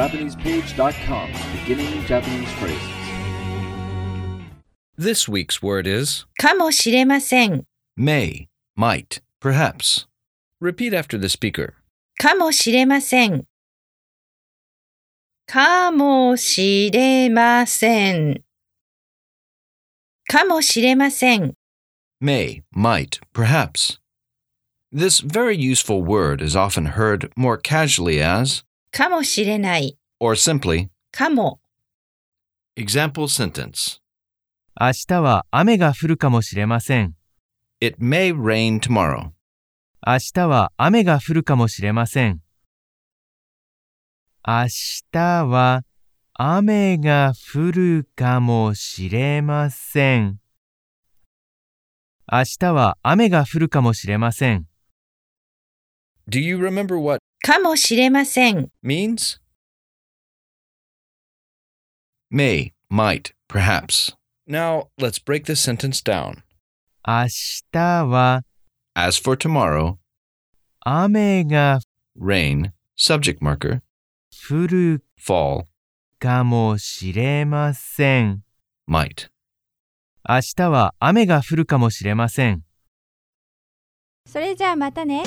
JapanesePage.com, beginning Japanese phrases. This week's word is かもしれません。 may, might, perhaps, repeat after the speaker. かもしれません。かもしれません。かもしれません。 may, might, perhaps. This very useful word is often heard more casually as, かもしれない。 or simply, かも。 example sentence 明日は雨が降るかもしれません。 It may rain tomorrow. 明日は雨が降るかもしれません。明日は雨が降るかもしれません。明日は雨が降るかもしれません。 Do you remember what かもしれません。 means? May, might, perhaps. Now, let's break this sentence down. 明日は As for tomorrow, 雨が rain, subject marker, 降る fall, かもしれません。 might. 明日は雨が降るかもしれません。それじゃあまたね。